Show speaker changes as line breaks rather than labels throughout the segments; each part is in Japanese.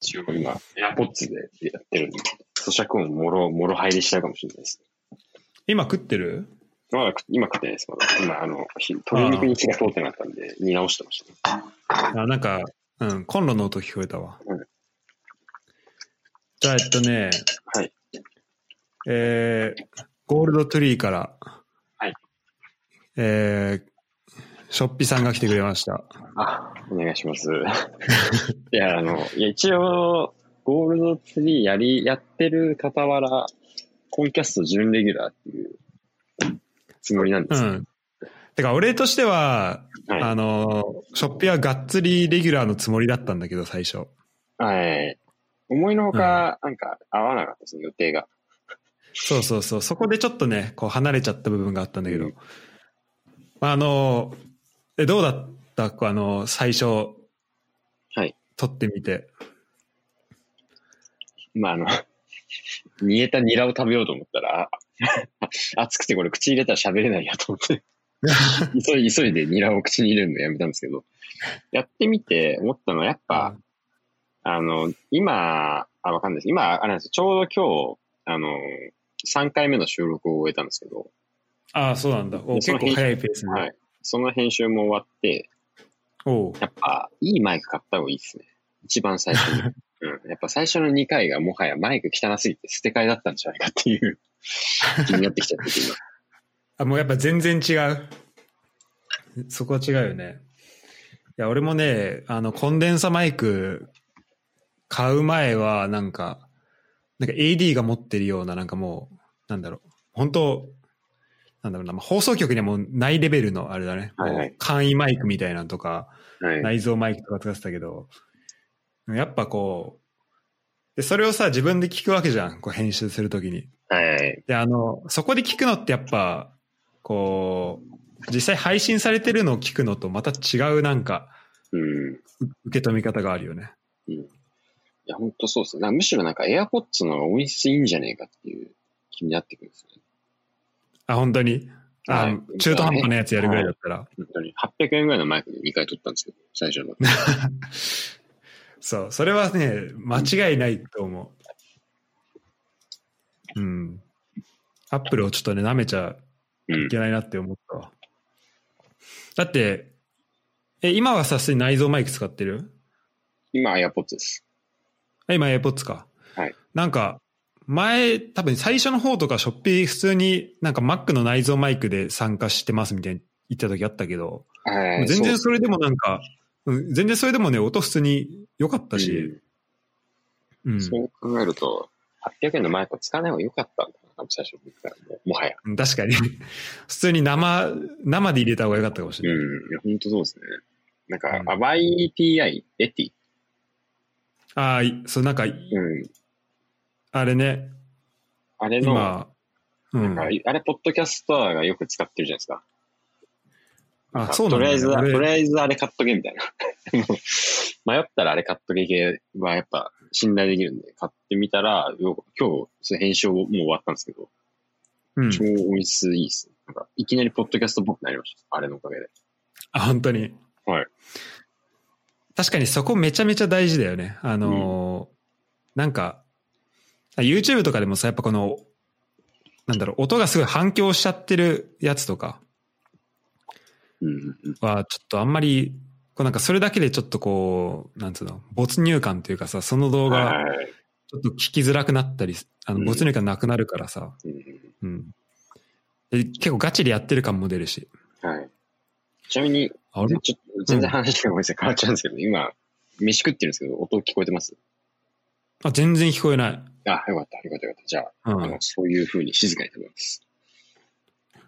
収録今、AirPods でやってるんで、咀嚼音もろ、もろ入りしたかもしれないです。
今食ってる
まだ、今食ってないです、まだ。今、あの、ひ鶏肉に火が通ってなかったんで、煮直してました、ね。
あ、なんか、うん、コンロの音聞こえたわ。
うん
じゃあ、えっとね、
はい。
えー、ゴールドトゥリーから、
はい。
えー、ショッピさんが来てくれました。
あ、お願いします。 いや、あの、いや、一応、ゴールドツリーやり、やってる傍ら、コンキャスト準レギュラーっていうつもりなんで
う
すよ
ん。てか、俺としては、
はい
あの、ショッピはがっつりレギュラーのつもりだったんだけど、最初。
はい。思いのほか、なんか、合わなかったですね、予定が。
そうそうそう。そこでちょっとね、こう離れちゃった部分があったんだけ
う
ど
ん。
まあ、あの、え、どうだったあの、最初、
はい。
撮ってみて。
まあ、あの、 煮えたニラを食べようと思ったら、 あ熱くてこれ口入れたら喋れないやと思って、急い急いでニラを口に入れるのやめたんですけど、やってみて思ったのは、やっぱ、あの、今、あ、わかんないです。今、あれなんですよ。ちょうど今日、あの、3回目の収録を終えたんですけど、
ああ、そうなんだ。お
でそ
結
の
構早いペースね。
はい。その編集も終わって、
おう
やっぱ、いいマイク買った方がいいですね。一番最 初に。うん。やっぱ最初の2回がもはやマイク汚すぎて捨て替えだったんじゃないかっていう 気になってきちゃってて、今。
あ、もうやっぱ全然違う。そこは違うよね。いや、俺もね、あの、コンデンサマイク買う前は、なんか、なんか AD が持ってるような、なんかもう、なんだろう、本当なんだろうな、まあ、放送局にはもうないレベルのあれだね、
はいはい
もう簡易マイクみたいなのとか、
はい。
内蔵マイクとか使ってたけど、やっぱこう、で、それをさ、自分で聞くわけじゃん、こう編集するときに。
はい。
で、あの、そこで聞くのってやっぱ、こう、実際配信されてるのを聞くのとまた違うなんか、
うん。いう
受け止め方があるよね。
や、ほんとそうですね。なんかむしろなんか AirPods の方が音質いいんじゃねえかっていう気になってくるんですよね。
あ、本当に。あ、
はい
中途半端なやつやるぐらいだったら。
本当に。800円ぐらいのマイクで2回撮ったんですけど、最初の。
そう、それはね、間違いないと思う。うん。アップルをちょっとね、舐めちゃ
うん
い。けないなって思ったわ。だって、え、今はさすがに内蔵マイク使ってる
今 AirPods です。
あ今 AirPods か。
はい
なんか、前、多分最初の方とかショッピー普通になんか Mac の内蔵マイクで参加してますみたいに言った時あったけど、
は
もう全然
そ
それでもなんか、うん全然それでもね、音普通に良かっ
う
たし、うん。
うんそう考えると、800円のマイクは使わない方が良かったんだな、最初の時からもうもはや。
うん確かに。 普通に生、生で入れた方が良かったかもし
うん。
れない。
いや、本当そうですね。なんか、
うん
アバイ TI、エティ。
ああ、いそうなんか、
うん。
あれね、
あれの、
今、うん。
あれ、ポッドキャストアがよく使ってるじゃないですか。
あ、そうなん
と
だ、
りあえ
ね。
ず、と
俺
りあえずあれ買っとけみたいな。 迷ったらあれ買っとけ系はやっぱ信頼できるんで、買ってみたら、よ今日、編集もう終わったんですけど、
うん
超音質いいっす、ね。なんか、いきなりポッドキャストっぽくなりました。あれのおかげで。
あ、本当に。
はい。
確かにそこめちゃめちゃ大事だよね。あのーなんか、YouTube とかでもさ、やっぱこの、なんだろう、音がすごい反響しちゃってるやつとか
うんうんうん。
は、ちょっとあんまり、こうなんかそれだけでちょっとこう、なんつうの、没入感というかさ、その動
は
画、
いはいはい
ちょっと聞きづらくなったり、あ
う
の
ん
没入感なくなるからさ、
うんうん
うん。で結構ガチでやってる感も出るし。
はい。ちなみに、
あれ
ちょっと全然話がごめんなさい、変わっちゃうんですけど、今、飯食ってるんですけど、音聞こえてます
あ、全然聞こえない。
あ、よかった、よかった、よかった。じゃあ、
うん
あのそういう風に静かに食べます。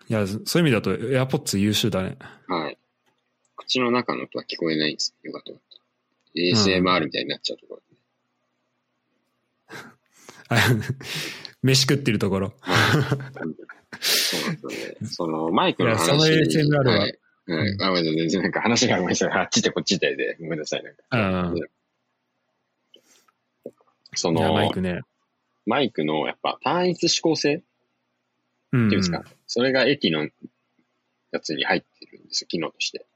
いや、そそういう意味だと AirPods 優秀だね。
はい。口の中の音は聞こえないんです。よかった、よかった。ASMR みたいになっちゃうところ。
あ飯食ってるところ。
そうなんです よね。その、マイクの話。
いやその ASMR は
はい。はい、あごめんなさい、全然なんか話がごめんなさい。あっちでこっちでで、ごめんなさい。なんか
うん
そ
いや
の、
マイクね。
マイクのやっぱ単一指向性
うん、
っていうんですか、それが駅のやつに入ってるんですよ、機能として。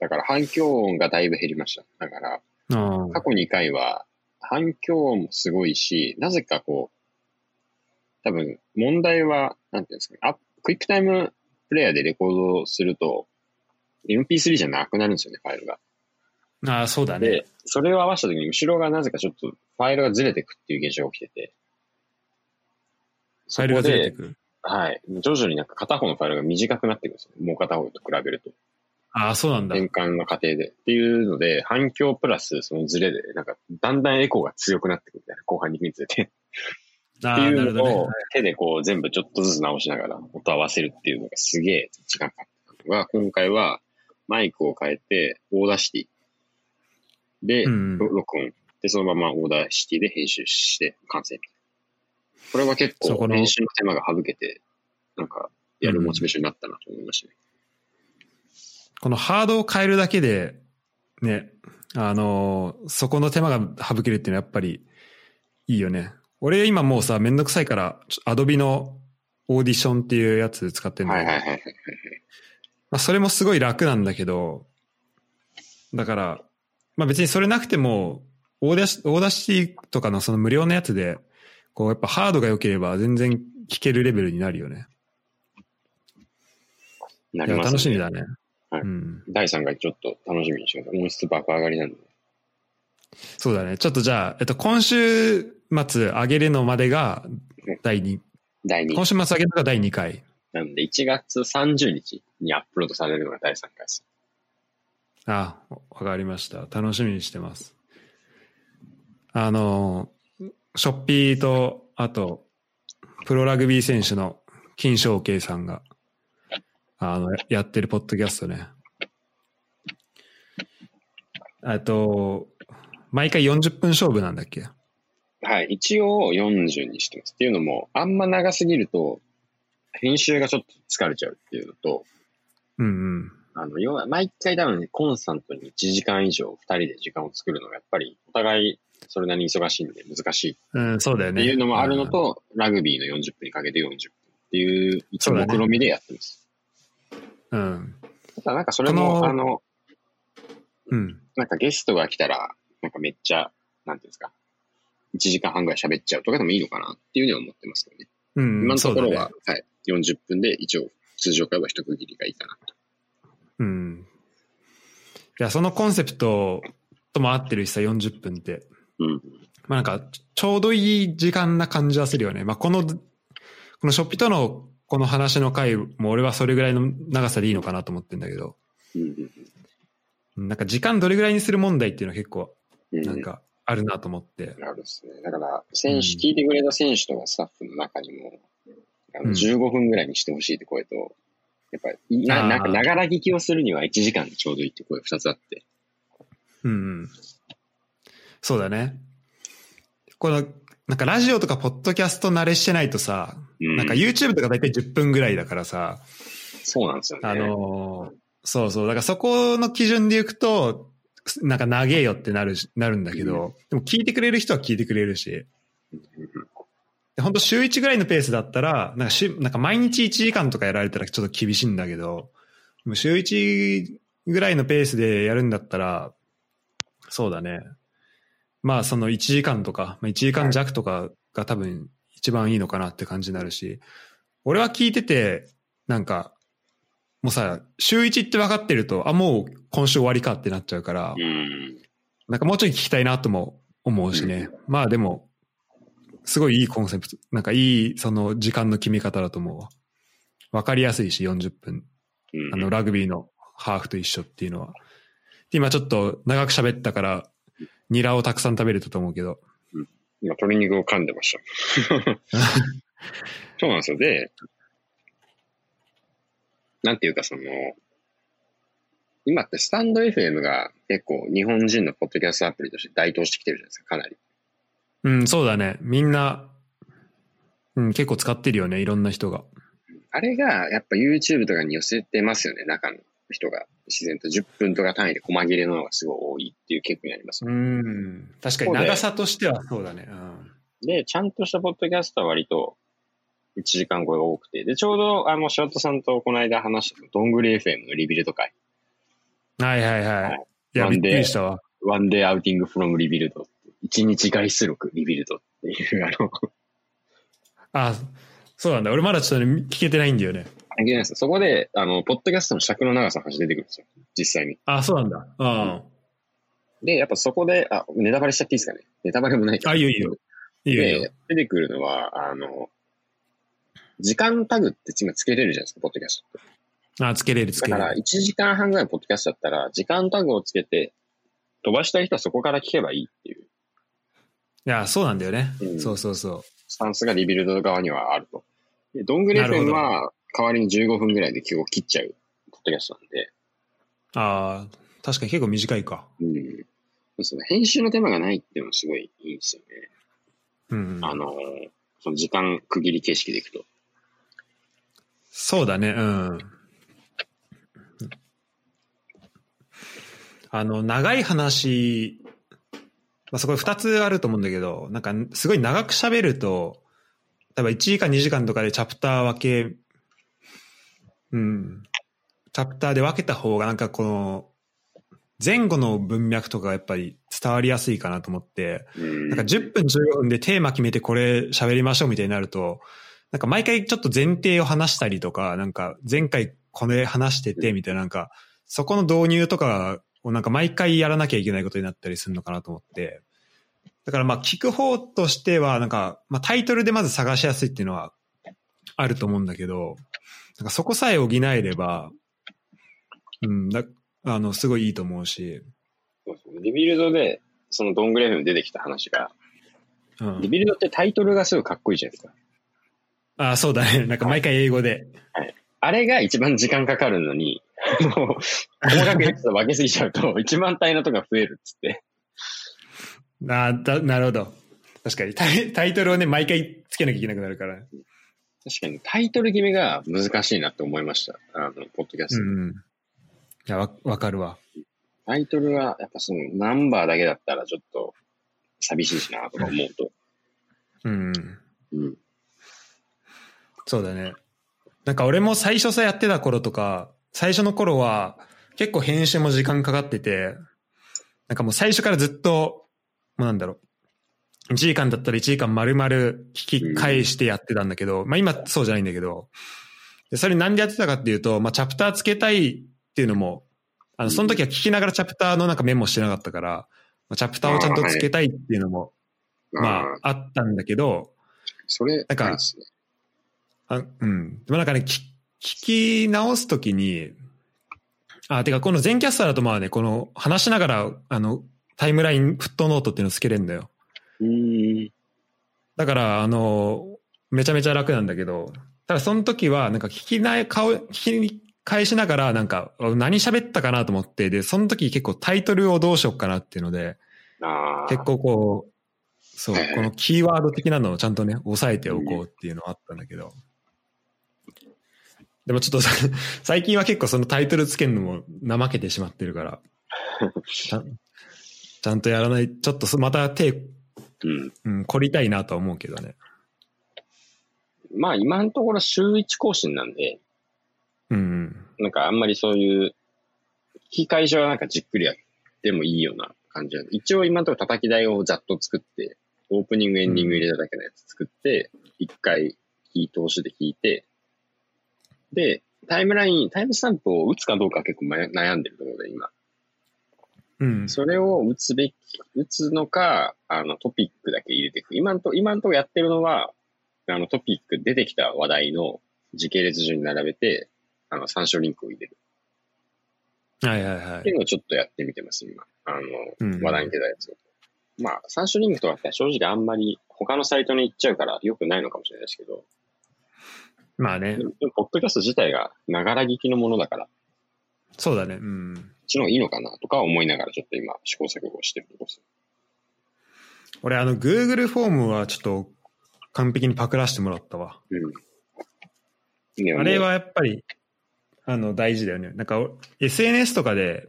だから反響音がだいぶ減りました。だから、
うん
過去2回は、反響音もすごいし、なぜかこう、多分問題は、なんていうんですかね、あクイックタイムプレイヤーでレコードすると、MP3 じゃなくなるんですよね、ファイルが。
ああ、そうだね
で。、それを合わせた時に後ろがなぜかちょっとファイルがずれてくっていう現象が起きてて、
ファイルがずれてくる。
はい。徐々になんか片方のファイルが短くなってくるんですよ。もう片方と比べると。
ああ、そうなんだ。
変換の過程で。っていうので、反響プラスそのズレで、なんか、だんだんエコーが強くなってくるみたいな、後半に見つれて。
あ
って
あ、な
いう
る
の
ほ
を、
どね。
手でこう全部ちょっとずつ直しながら音合わせるっていうのがすげえ時間かかったのが、今回はマイクを変えて、オーダーシティで、
うん
ろ録音。で、そのままオーダーシティで編集して完成。これは結
そ
構
この
編集の手間が省けて、なんか、やるモチベーションになったなと思いましたね。
このハードを変えるだけで、ね、あのーそこの手間が省けるっていうのはやっぱりいいよね。俺今もうさ、めんどくさいから、アドビのオーディションっていうやつ使ってんだ
は
け
い
ど
はいはいはい。
まあ、それもすごい楽なんだけど、だから、まあ別にそれなくても、オーダーシオーダーシティとかのその無料のやつで、こうやっぱハードが良ければ全然聴けるレベルになるよね。
ないり
や、
ます、ね。
楽しみだね。
はい
うん。
第3回ちょっと楽しみにしてください。音質爆上がりなんで。
そうだね。ちょっとじゃあ、えっと、今週末上げるのまでが第2、
第2
今週末上げるのが第2回。
なんで、1月30日にアップロードされるのが第3回です。
ああ、わかりました。楽しみにしてます。あの、ショッピーと、あと、プロラグビー選手の金正慶さんが、あの、やってるポッドキャストね。あと、毎回40分勝負なんだっけ
はい。一応40にしてます。っていうのも、あんま長すぎると、編集がちょっと疲れちゃうっていうのと、
うんうん。
あの、要は、毎回多分ね、コンスタントに1時間以上2人で時間を作るのが、やっぱり、お互いそれなりに忙しいんで難しいっ
うん、そうだよ
て
ね。
いうのもあるのと、ラグビーの40分にかけて40分っていう、一応
そうだね
目論みでやってます。
うん、うん。
ただなんかそれも、
この
あの、
うん。
なんかゲストが来たら、なんかめっちゃ、なんていうんですか、1時間半ぐらい喋っちゃうとかでもいいのかなっていうふうには思ってますけどね。
うん、
今のところ
そうだね
は、はい、40分で一応、通常会は一区切りがいいかなと。
うん。いや、そのコンセプトとも合ってるしさ、40分って。
うん。
まあなんか、ちちょうどいい時間な感じはするよね。まあこの、このショッピとのこの話の回も俺はそれぐらいの長さでいいのかなと思ってんだけど、
うんうん
なんか時間どれぐらいにする問題っていうのは結構、
うん。
なんかあるなと思って。
なるですね。だから、選手、
うん
聞いてくれた選手とかスタッフの中にも、あ
うん
の15分ぐらいにしてほしいって声と、やっぱり、
あ
な
ー
なんか、ながら聞きをするには1時間でちょうどいいって声2つあって。
うんうん。そうだね。この、なんかラジオとかポッドキャスト慣れしてないとさ、
うん、
なんか YouTube とかだいたい10分ぐらいだからさ、
そうなんですよね。
あのーそうそう。だからそこの基準でいくと、なんか長えよってなるし、なるんだけど、でも聞いてくれる人は聞いてくれるし、
うんうんうん
で本当週1ぐらいのペースだったら、なんか週、なんか毎日1時間とかやられたらちょっと厳しいんだけど、でも週1ぐらいのペースでやるんだったら、そうだね。まあその1時間とか、まあ1時間弱とかが多分一番いいのかなって感じになるし、俺は聞いてて、なんか、もうさ、週1って分かってると、あ、もう今週終わりかってなっちゃうから、
うん。
なんかもうちょい聞きたいなとも思うしね。まあでも、すごいいいコンセプト、なんかいいその時間の決め方だと思うわ。わかりやすいし40分。
うん
あのラグビーのハーフと一緒っていうのは。で今ちょっと長く喋ったから、ニラをたくさん食べれたと思うけど。
今、鶏肉を噛んでました。 そうなんですよ。で、なんていうか、その、今ってスタンド FM が結構日本人のポッドキャストアプリとして台頭してきてるじゃないですか、かなり。
うん、そうだね。みんな、うん、結構使ってるよね。いろんな人が。
あれが、やっぱ YouTube とかに寄せてますよね、中の人が。自然と10分とか単位で細切れののがすごい多いっていう傾向になりますよね。
ん。確かに長さとしてはそうだね。うん。
で、ちゃんとしたポッドキャストは割と1時間超えが多くて、で、ちょうど、あの、ショートさんとこの間話した、どんぐり FM のリビルド会。
はいはいはい。いや、
なん
び
で
っくりしたわ。
ワンデーアウティングフロムリビルドっていう1日外出力リビルドっていう、あの、
あ、そうなんだ。俺まだちょっとね、聞けてないんだよね。
関係ないですそこで、あの、ポッドキャストの尺の長さの話出てくるんですよ。実際に。
あ、そうなんだ。うん。
で、やっぱそこで、あ、ネタバレしちゃっていいですかね。ネタバレもないから。
あ、いいよいいよ。いいよいいよ。
で、出てくるのは、あの、時間タグって今つけれるじゃないですか、ポッドキャストって。
あ、つけれるつけ
だ
れ
から、
る。
1時間半ぐらいのポッドキャストだったら、時間タグをつけて、飛ばしたい人はそこから聞けばいいっていう
いや、そうなんだよね。
うん
そうそうそう。
スタンスがリビルド側にはあると。で、ドングレフ
な
ェ
るほ
ン
ど
は、代わりに15分ぐらいで今日切っちゃうポッドキャストなんで、
ああ、確かに結構短いか。
うん。そうですね。編集の手間がないっていうのはすごいいいんですよね。
うん。
あのー、その時間区切り形式でいくと。
そうだね、うん。あの、長い話、まあ、そこ2つあると思うんだけど、なんか、すごい長く喋ると、例えば1時間2時間とかでチャプター分け、うん、チャプターで分けた方が、なんかこの、前後の文脈とかがやっぱり伝わりやすいかなと思って、
うん。
なんか10分15分でテーマ決めてこれ喋りましょうみたいになると、なんか毎回ちょっと前提を話したりとか、なんか前回これ話しててみたいな、なんかそこの導入とかをなんか毎回やらなきゃいけないことになったりするのかなと思って。だからまあ聞く方としては、なんか、まあタイトルでまず探しやすいっていうのはあると思うんだけど、なんかそこさえ補えれば、うん、だあの、すごいいいと思うし、
そうそうリビルドで、そのドングレフェンで出てきた話が、
う
リ
ん。
ビルドってタイトルがすごいかっこいいじゃないですか。
ああ、そうだね。なんか毎回英語で。
あれが一番時間かかるの に、もう、細かくやつと分けすぎちゃうと、1万 体のとか増えるっつって。
あーだなるほど。確かにタイ。タイトルをね、毎回つけなきゃいけなくなるから。
確かにタイトル決めが難しいなって思いました。あの、ポッドキャスト。
ん。いや、わわかるわ。
タイトルは、やっぱそのナンバーだけだったらちょっと寂しいしなとか思うと。
うん。
うん。
そうだね。なんか俺も最初さやってた頃とか、最初の頃は結構編集も時間かかってて、なんかもう最初からずっと、もうなんだろう。1時間だったら1時間丸々聞き返してやってたんだけど、まあ今そうじゃないんだけど、でそれなんでやってたかっていうと、まあチャプターつけたいっていうのも、あの、その時は聞きながらチャプターのなんかメモしてなかったから、まあチャプターをちゃんとつけたいっていうのも、ま
あー、
ああったんだけど、
それ、
なんか
あれですね
あうん。でもなんかね、き聞き直すときに、あ、てかこの全キャスターだとまあね、この話しながら、あの、タイムラインフットノートっていうのつけれるんだよ。
うーん。
だから、あの、めちゃめちゃ楽なんだけど、ただその時は、なんか聞きない、顔、聞き返しながら、なんか、あ何喋ったかなと思って、で、その時結構タイトルをどうしようかなっていうので、
ああ。
結構こう、そう
はいは、い
このキーワード的なのをちゃんとね、押さえておこうっていうのはあったんだけど。でもちょっとさ 最近は結構そのタイトルつけるのも怠けてしまってるから。ちゃんちゃんとやらない、ちょっとそまた手、
うん。
うん、凝りたいなとは思うけどね。
まあ今のところ週1更新なんで、
うん。
なんかあんまりそういう、聞き返しはなんかじっくりやってもいいような感じなんで一応今のところ叩き台をざっと作って、オープニング、エンディング入れただけのやつ作って、一、回聞い通しで聞いて、で、タイムライン、タイムスタンプを打つかどうか結構迷悩んでるところで今。
うん。
それを打つべき、打つのか、あの、トピックだけ入れていく。今んと、今んとこやってるのは、あの、トピック出てきた話題の時系列順に並べて、あの、参照リンクを入れる
はいはいは
ってい
い。
うのをちょっとやってみてます、今。あの、
うん
話題に出たやつを。まあ、参照リンクとかって正直あんまり他のサイトに行っちゃうから良くないのかもしれないですけど、
まあね
で、もでもポッドキャスト自体がながら聞きのものだから、こ
そうだね。うん。
っちの方がいいのかなとか思いながらちょっと今試行錯誤してるところです。
俺あの、Google フォームはちょっと完璧にパクらしてもらったわ。
うん。ね
あれはやっぱり、あの、大事だよね。なんか、お SNS とかで、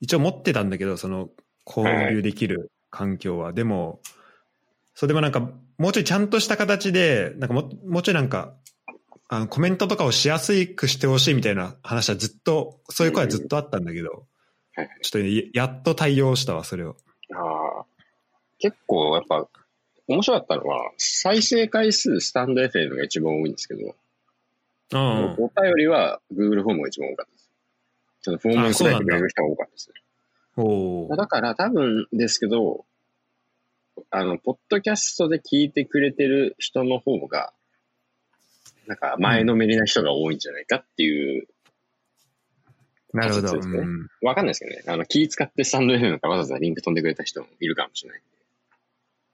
一応持ってたんだけど、その、交流できる環境は。でも、それでもなんか、もうちょいちゃんとした形で、なんかも、もうちょいなんか、あの、コメントとかをしやすくしてほしいみたいな話はずっと、そういう声はずっとあったんだけど
うんはい、
ちょっとねやっと対応したわ、それを。
ああ。結構やっぱ、面白かったのは、再生回数、スタンド FM が一番多いんですけど、
う
お
ん。
便りは Google フォームが一番多かったです。ちょっとフォームに答えてくれる人が多かったですね。
お
だ
ー
から多分ですけど、あの、ポッドキャストで聞いてくれてる人の方が、なんか前のめりな人が多いんじゃないかっていう、
なるほど。
仮
う
説ですね
ん。
わかんないですけどね。あの、気使ってスタンド FM からわざわざリンク飛んでくれた人もいるかもしれない。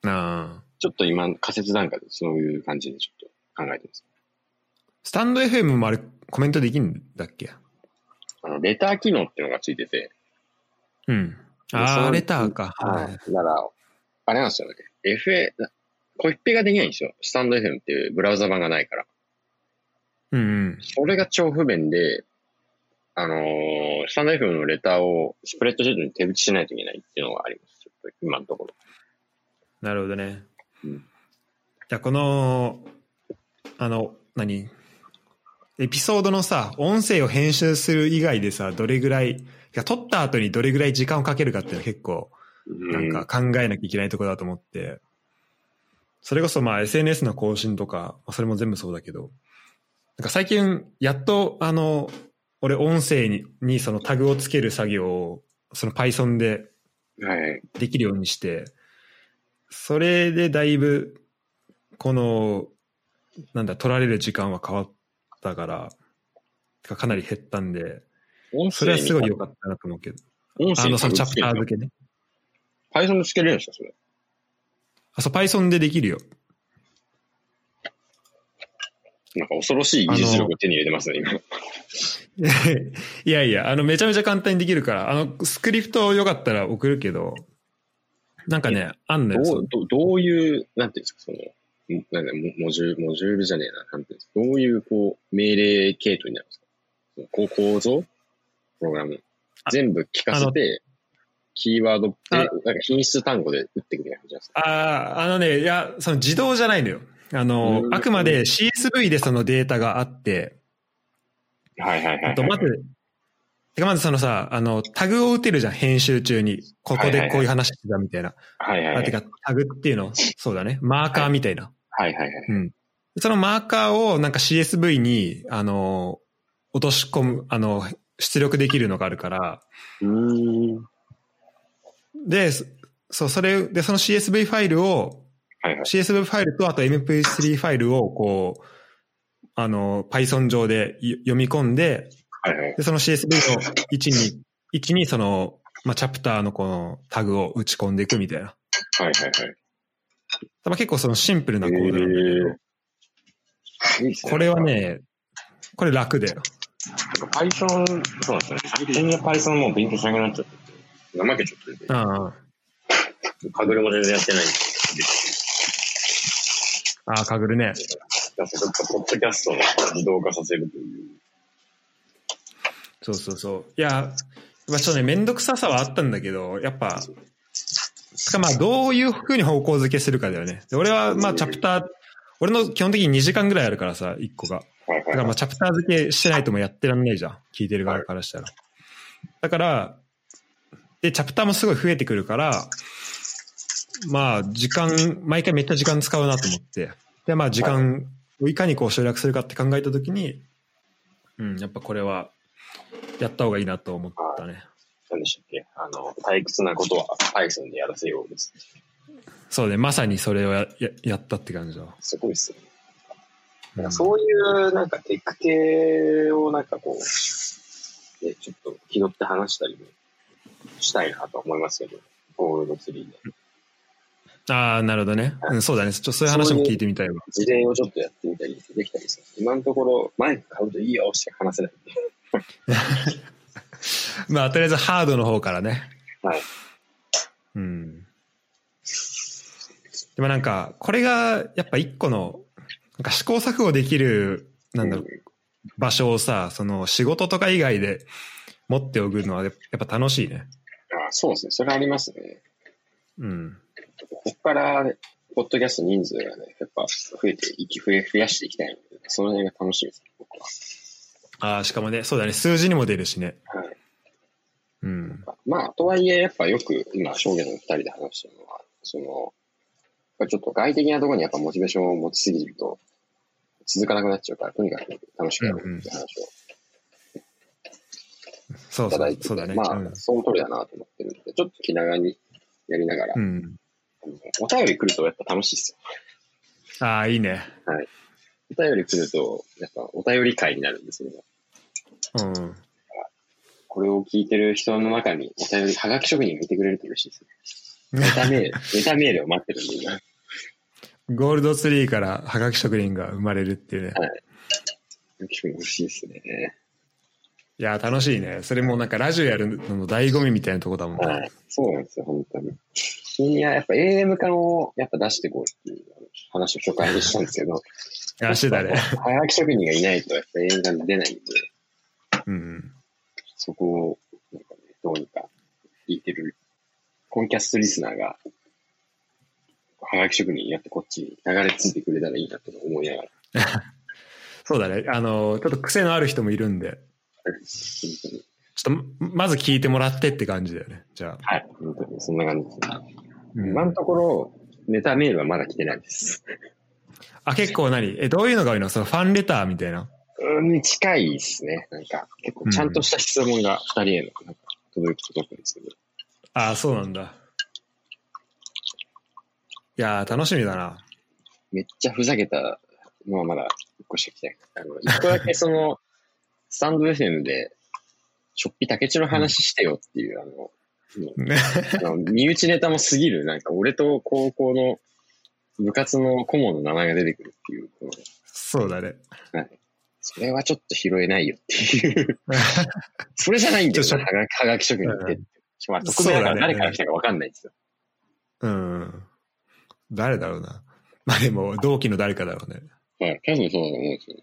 あー
ちょっと今、仮説段階でそういう感じでちょっと考えてます。
スタンド FM もあれ、コメントできるんだっけ
あの、レター機能っていうのがついてて、
うん。
そ
あ
の
あ、レターか。
は
はい
い。だから、あれなんですよね。FA、コピペができないんですよ。スタンド FM っていうブラウザ版がないから。
うんうん。
それが超不便で、あのースタンド FM のレターをスプレッドシートに手打ちしないといけないっていうのがあります。ちょっと今のところ。
なるほどね。
うん
じゃあこの、あの、何エピソードのさ、音声を編集する以外でさ、どれぐらい、いや撮った後にどれぐらい時間をかけるかっていうのは結構、なんか考えなきゃいけないところだと思って、それこそまあ SNS の更新とか、まあそれも全部そうだけど、なんか最近、やっとあの、俺音声ににそのタグをつける作業を、その Python で
うん。はい。
できるようにして、それでだいぶ、この、なんだ、取られる時間は変わったから、てかかなり減ったんで、
音
そ
声
れ
に
はすごい良かったなと思うけど、
音声
あの、そのチ
タ
ャ
グつ
プ
け
タ
る
ー
の
付けね。
Python でつけれるんですかそれ。
あ、そう、Python でできるよ。
なんか恐ろしい技術力を手に入れてますね、今。
いやいや、あの、めちゃめちゃ簡単にできるから、あの、スクリプトよかったら送るけど、なんかね、あんのよ。そ
ど
の
う、どどういう、なんていうんですか、その、んなんだ、モモジュール、モジュールじゃねえな、なんていうんですか、どういう、こう、命令系統になるんですかそのこう構造プログラム
あ。
全部聞かせて、キーワードって、
あ
なんか品質単語で打ってくるやつじゃないですか。
ああ、あのね、いや、その自動じゃないのよ。あの
う、ん
あくまで CSV でそのデータがあって、
はいはいはい、
あと、まず、てかまずそのさ、あの、タグを打てるじゃん、編集中に。ここでこういう話してたみたいな。
はいはいは
あ、て
い。
か、タグってい うのそうだね。マーカーみたいな。
はいはいはい。
うん。そのマーカーをなんか CSV に、あの、落とし込む、あの、出力できるのがあるから。
うーん。
で、そそう、それ、で、その CSV ファイルを、
はいはい。
CSV ファイルとあと MP3 ファイルを、こう、あの、Python 上でよ読み込んで、
はいはい。
で、その CSV の位置に、位置にその、まあ、チャプターのこのタグを打ち込んでいくみたいな。
はいは
まあ、結構そのシンプルないコ
はい。
ードなんだけど、
えーいいっす
これは、ね、これ楽だよ。
なんか Python、そうなんですよね。最近の Python もう勉強しなくなっちゃってて、怠けちゃってて。
あ
かぐれも全然やってないんで。
あ、かぐるね。
だからちょっとポッドキャストを自動化させるという。
そうそうそう。いや、まあ、ちょっとね、めんどくささはあったんだけど、やっぱ、つかまあ、どういうふうに方向づけするかだよね。で俺は、まあ、チャプター、俺の基本的に2時間ぐらいあるからさ、1個が。
はい
だ
は
か
い
らま
は
あチャプター付けしてないともやってらんないじゃん。聞いてる側からしたら。だから、で、チャプターもすごい増えてくるから、まあ時間、毎回めっちゃ時間使うなと思って。で、まあ時間をいかにこう省略するかって考えたときに、うん、やっぱこれはやった方がいいなと思ったね。
い。んでしたっけあの、退屈なことは Python でやらせようです。
そうね、まさにそれをやややったって感じだわ。
すごいっすね。
うん
そういうなんかテク系をなんかこう、ね、ちょっと気取って話したりもしたいなと思いますけど、ゴールドツリーで。
ああ、なるほどね。うん、そうだね。ちょっとそういう話も聞いてみたいわ。
事例をちょっとやってみたりできたりする。今のところマイク買うといいよしか話せない。
まあとりあえずハードの方からね。
はい。
うん。でもなんか、これがやっぱ一個の、なんか試行錯誤できる、なんだろう、場所をさ、その仕事とか以外で持っておくのはやっぱ楽しいね。
あそうですね。それありますね。
うん。
ここから、ポッドキャスト人数がね、やっぱ増えて、息増え、増やしていきたいので、その辺が楽しみです、僕は。
ああ、しかもね、そうだね、数字にも出るしね。
はい。
うん。
まあ、とはいえ、やっぱよく今、証言の二人で話してるのは、その、ちょっと外的なところにやっぱモチベーションを持ちすぎると、続かなくなっちゃうから、とにかく楽しくやろうって話
そ
を
う
い
そ
ただ
う
い、てて、
そうだね。
ま
う
あ
ん、
その通りだなと思ってるんで、ちょっと気長にやりながら、
うん。
あのお便り来るとやっぱ楽しいっすよ。
ああ、いいね。
お便り来ると、やっぱお便り会になるんですよね。
うん。
これを聞いてる人の中にお便り、はがき職人がいてくれると嬉しいですね。ネタメ ール、ネタメールを待ってるんで、今。
ゴールドツリーからハガキ職人が生まれるっていうね。
はいはがき職人欲しいですね。
いや、楽しいね。それもなんかラジオやるのの醍醐味みたいなとこだもんね。
はい。そうなんですよ、本当に。深夜、やっぱ AM 感をやっぱ出していこうっていう話を初回にしたんですけど、
いや、してたね。
はがき職人がいないとやっぱ AM 感出ないんで、
うん。
そこを、なんかね、どうにか聞いてる、コンキャストリスナーが、はがき職人やってこっちに流れ着いてくれたらいいなと思いながら、
そうだね。あの、ちょっと癖のある人もいるんで、
本当に。
ちょっとまず聞いてもらってって感じだよね。じゃあ。
はい、本当に、そんな感じですね。
うん
今のところ、ネタメールはまだ来てないです。
あ、結構何え、どういうのが多いのそのファンレターみたいな。
うん、近いですね。なんか、結構ちゃんとした質問が二人への、なんか、届く、届くんですけど。
ああ、そうなんだ。いやー、楽しみだな。
めっちゃふざけたのはまだ一個しか来てない。あの、一個だけその、 スタンド FM で、しょっぴ竹地の話してよっていう、あの、
ね
あの身内ネタも過ぎる、なんか俺と高校の部活の顧問の名前が出てくるっていう、この
そうだね。
それはちょっと拾えないよっていう。それじゃないんです
ちょ
よ、
っ
はがはがき職人って。まあ、特
そう
命だ
だ
か
ね
ら誰から来たか分かんないんですよ。
うん。誰だろうな。まあでも、同期の誰かだろうね。
はい、多分そうだと思うんですよね。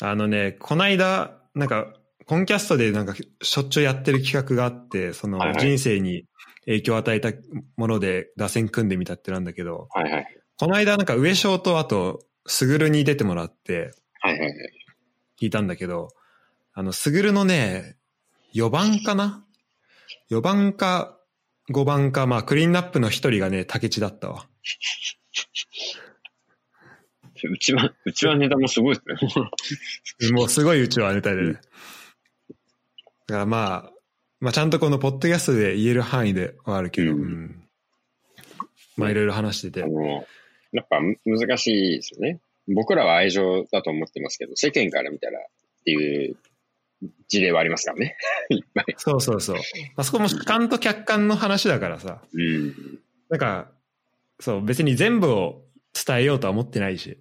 あのね、こないだ、なんか、コンキャストでなんかしょっちゅうやってる企画があって、そ
はい
の
はい
人生に影響を与えたもので打線組んでみたってなんだけど、
はいはい。
この間なんか上昇とあと、すぐるに出てもらって
はいはいはい。
聞いたんだけど、あの、すぐるのね、4番かな ?4 番か5番か、まあクリーンナップの一人がね、竹地だったわ。
うちは、うちはネタもすごいですね。
もうすごいうちはネタでね。だからまあ、まあちゃんとこのポッドキャストで言える範囲ではあるけど、
うん
うんまあいろいろ話してて
あ。の、やっぱむ難しいですよね。僕らは愛情だと思ってますけど、世間から見たらっていう事例はありますからね。 いっぱい。
そうそうそう。まあそこも主観と客観の話だからさ。
うん。
なんか、そう、別に全部を伝えようとは思ってないし。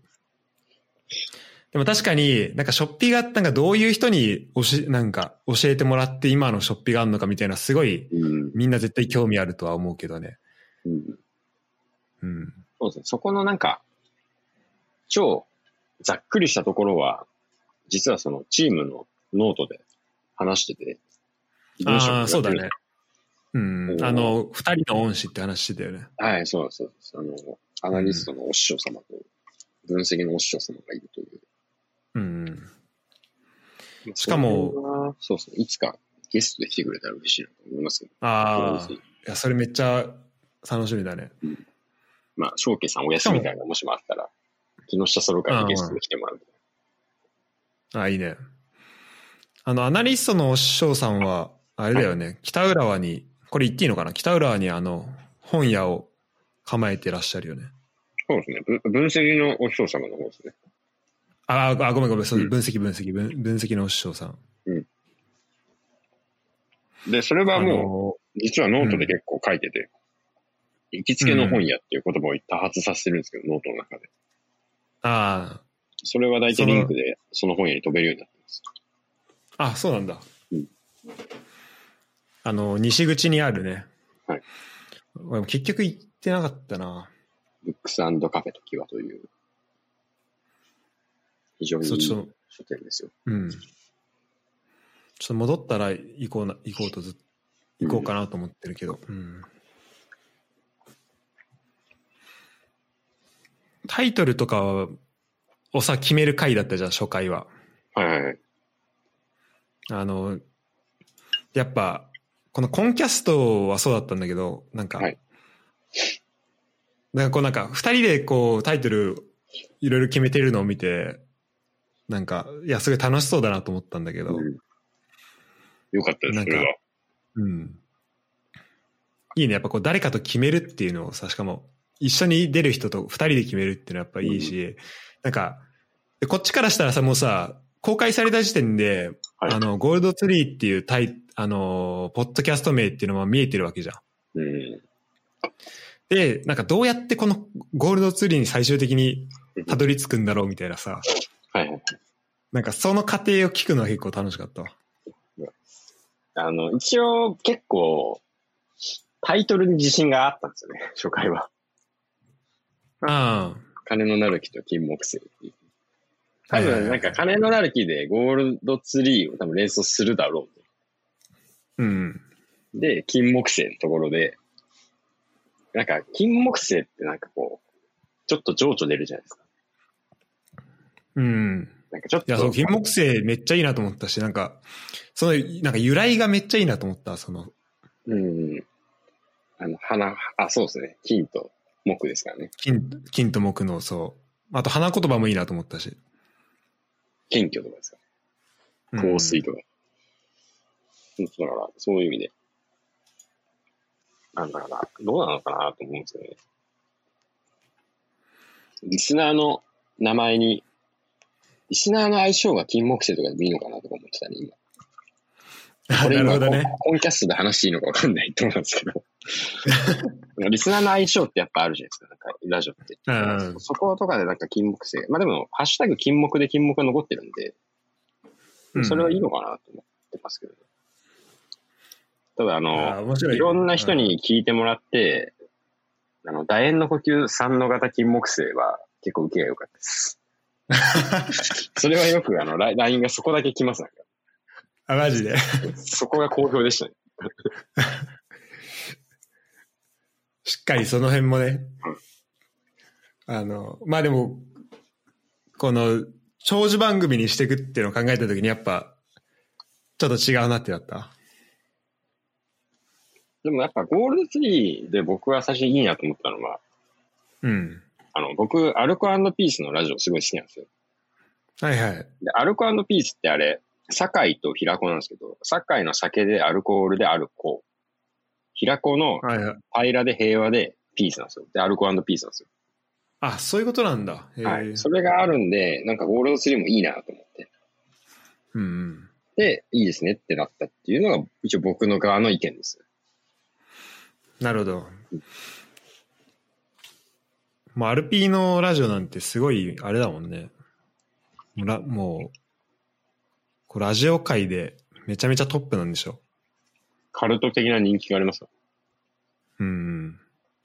でも確かに、なんかショッピが、なんかどういう人に教え、なんか教えてもらって今のショッピがあるのかみたいな、すごい
うん。
みんな絶対興味あるとは思うけどね。
うん
うん。
そうですね。そこのなんか、超ざっくりしたところは、実はそのチームのノートで話してて、文章に
あ
なって
あ、
る
そうだね。うん
う。ん
あの、二人の恩師って話してたよね。
はい、そうですそうです。あの、アナリストのお師匠様と、分析のお師匠様がいるという。
うん。しかも
それは、そうですね。いつかゲストで来てくれたら嬉しいなと思いますけど。
ああ、いや、それめっちゃ楽しみだね。
まあ、翔慶さんお休み会がもしもあったら、木下ソロ会にゲストで来てもらう。
ああ、いいね。あの、アナリストのお師匠さんは、あれだよね、北浦和に、これ言っていいのかな北浦和にあの、本屋を構えてらっしゃるよね。
そうですね。ぶ分析のお師匠様の方ですね。
ああ、ごめんごめん、そう
うん
分析分析、分分析のお師匠さん。
で、それはもう、実はノートで結構書いてて、行きつけの本屋っていう言葉を多発させてるんですけど、ノートの中で。
あのあ
それは大体リンクでその本屋に飛べるようになってます。
あ、あ、そうなんだ。
うん
あの、西口にあるね。
はい。
俺も結局行ってなかったな。
ブックスカフェとキワという、非常にい
そう、
い
ち
書
ょっと、
店ですよ。
うん。ちょっと戻ったら行こうな、行こうとずっ行こうかなと思ってるけど。うん。タイトルとかをさ、決める回だったじゃん、初回は。
はいはいはい。
あの、やっぱ、このコンキャストはそうだったんだけど、なんか、
はい
なんかこうなんか、二人でこうタイトルいろいろ決めてるのを見て、なんか、いや、すごい楽しそうだなと思ったんだけど、
うんよかったです、
なん
そ
か
れは。
うん。いいね。やっぱこう誰かと決めるっていうのをさ、しかも一緒に出る人と二人で決めるっていうのはやっぱいいし、なんか、でこっちからしたらさ、もうさ、公開された時点で、
はい
あの、ゴールドツリーっていうタイ、あの、ポッドキャスト名っていうのは見えてるわけじゃん。
うん。
で、なんかどうやってこのゴールドツリーに最終的にたどり着くんだろうみたいなさ、
はいはい。
なんかその過程を聞くのは結構楽しかったわ。
あの、一応結構、タイトルに自信があったんですよね、初回は。
あ
金のなる木と金木星っていう。
あ。
多分、なんか金のなる木でゴールドツリーを多分連想するだろ
うん。
う。で、金木星のところで、なんか金木星ってなんかこう、ちょっと情緒出るじゃないですか。
うん。
なんかちょっ
い
と。
や、そう、金木犀めっちゃいいなと思ったし、なんか、その、なんか由来がめっちゃいいなと思った、その、
うん。あの、花、あ、そうですね。金と木ですからね。
金、金と木の、そう。あと、花言葉もいいなと思ったし。
謙虚とかですか
う
香
ん
水とか。うん、だから、そういう意味で。なんだから、どうなのかなと思うんですよね。リスナーの名前に、リスナーの相性が金木犀とかでもいいのかなとか思ってたね、今。
な
これ
る
今、
ほどね。
コンキャストで話していいのかわかんないと思うんです けど。リスナーの相性ってやっぱあるじゃないですか、なんか、ラジオって。
うんうん
そことかでなんか金木犀。まあでも、ハッシュタグ金木で金木が残ってるんで、
うん
それはいいのかなと思ってますけどね。ただ、あ
あ
の、
ー面白いね。
いろんな人に聞いてもらって、あの、楕円の呼吸三の型金木星は結構受けが良かった です。それはよく、あの、ラ LINE がそこだけ来ますなんか。
うん。あ、マジで。
そこが好評でしたね。
しっかりその辺もね。あの、まあでも、この、長寿番組にしていくっていうのを考えたときに、やっぱ、ちょっと違うなってなった。
でもやっぱゴールドツリーで僕は最初にいいなと思ったのは、
うん。
あの、僕、アルコピースのラジオすごい好きなんですよ。
はいはい。
で、アルコピースってあれ、酒井と平子なんですけど、酒井の酒でアルコールでアルコ。平子の
はいはい。
平らで平和でピースなんですよ。で、アルコピースなんですよ。
あ、そういうことなんだ。へー
はい。それがあるんで、なんかゴールドツリーもいいなと思って。
うんうん。
で、いいですねってなったっていうのが、一応僕の側の意見です。
なるほど。もう、アルピーのラジオなんてすごい、あれだもんね。ラもう、こうラジオ界でめちゃめちゃトップなんでしょ。
カルト的な人気がありますよ
うん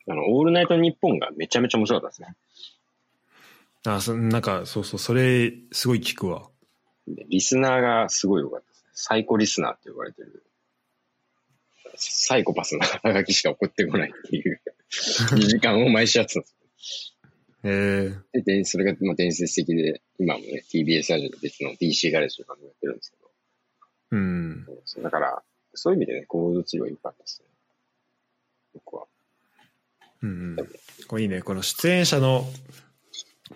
あの、オールナイトニッポンがめちゃめちゃ面白かったですね。
うん。あ、そなんか、そうそう、それ、すごい聞くわ。
でリスナーがすごい良かったですね。サイコリスナーって呼ばれてる。サイコパスな肩書きしか送ってこないって いう、2時間を毎週やってたんです
え
でで、それがまあ伝説的で、今もね、TBS ラジオの別の DC ガレージとかもやってるんですけ
えうん。
ど、そうだから、そういう意味でね、ゴールド治療良かったですね。僕は。
うんうん。これいいね。この出演者の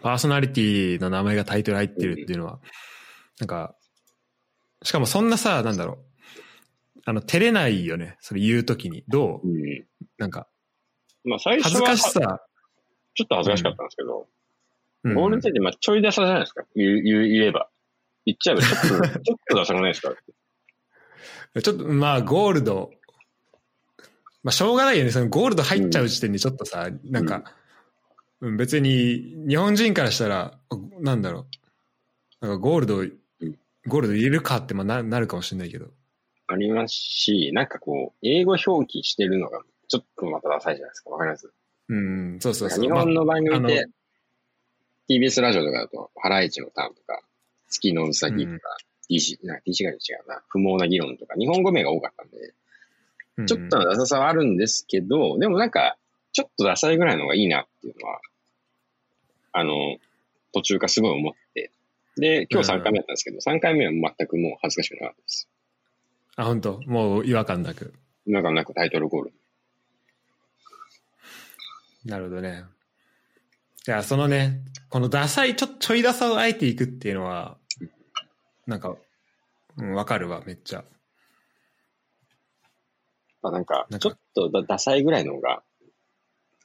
パーソナリティの名前がタイトル入ってるっていうのは、なんか、しかもそんなさ、なんだろう。あの、照れないよね。それ言うときに。どう
うん。
なんか、
まあ最
恥
初
ず
は
かしさ。
ちょっと恥ずかしかったんですけど、
うん
ゴールド治療ってまあちょい出さじゃないですか。言う言う言えば。言っちゃえば、ちょっ と、ちょっと出さくないですか。
ちょっと、まあ、ゴールド。まあ、しょうがないよね。そのゴールド入っちゃう時点でちょっとさ、なんか、うん、別に、日本人からしたら、あなんだろう。なんかゴールド、ゴールド入れるかってまあななるかもしれないけど。
ありますし、なんかこう、英語表記してるのが、ちょっとまたダサいじゃないですか。わかります
うん、そうそうそう。
日本の番組
まああ
で、TBS ラジオとかだと、ハライチのターンとか、月のうさぎと
うん
か、DC、なんか DC が違うな、不毛な議論とか、日本語名が多かったんで、
まあ
ちょっとのダサさはあるんですけど、でもなんか、ちょっとダサいぐらいのがいいなっていうのは、あの、途中からすごい思って、で、今日3回目だったんですけど、3回目は全くもう恥ずかしくなかったです。
あ、本当もう違和感なく。
なんかなくタイトルゴール。
なるほどね。いや、そのね、このダサい、ちょ、ちょいダサをあえていくっていうのは、なんか、うん、わかるわ、めっちゃ。
まあなんか
なん、
ち
か
ょっとだダサいぐらいの方が、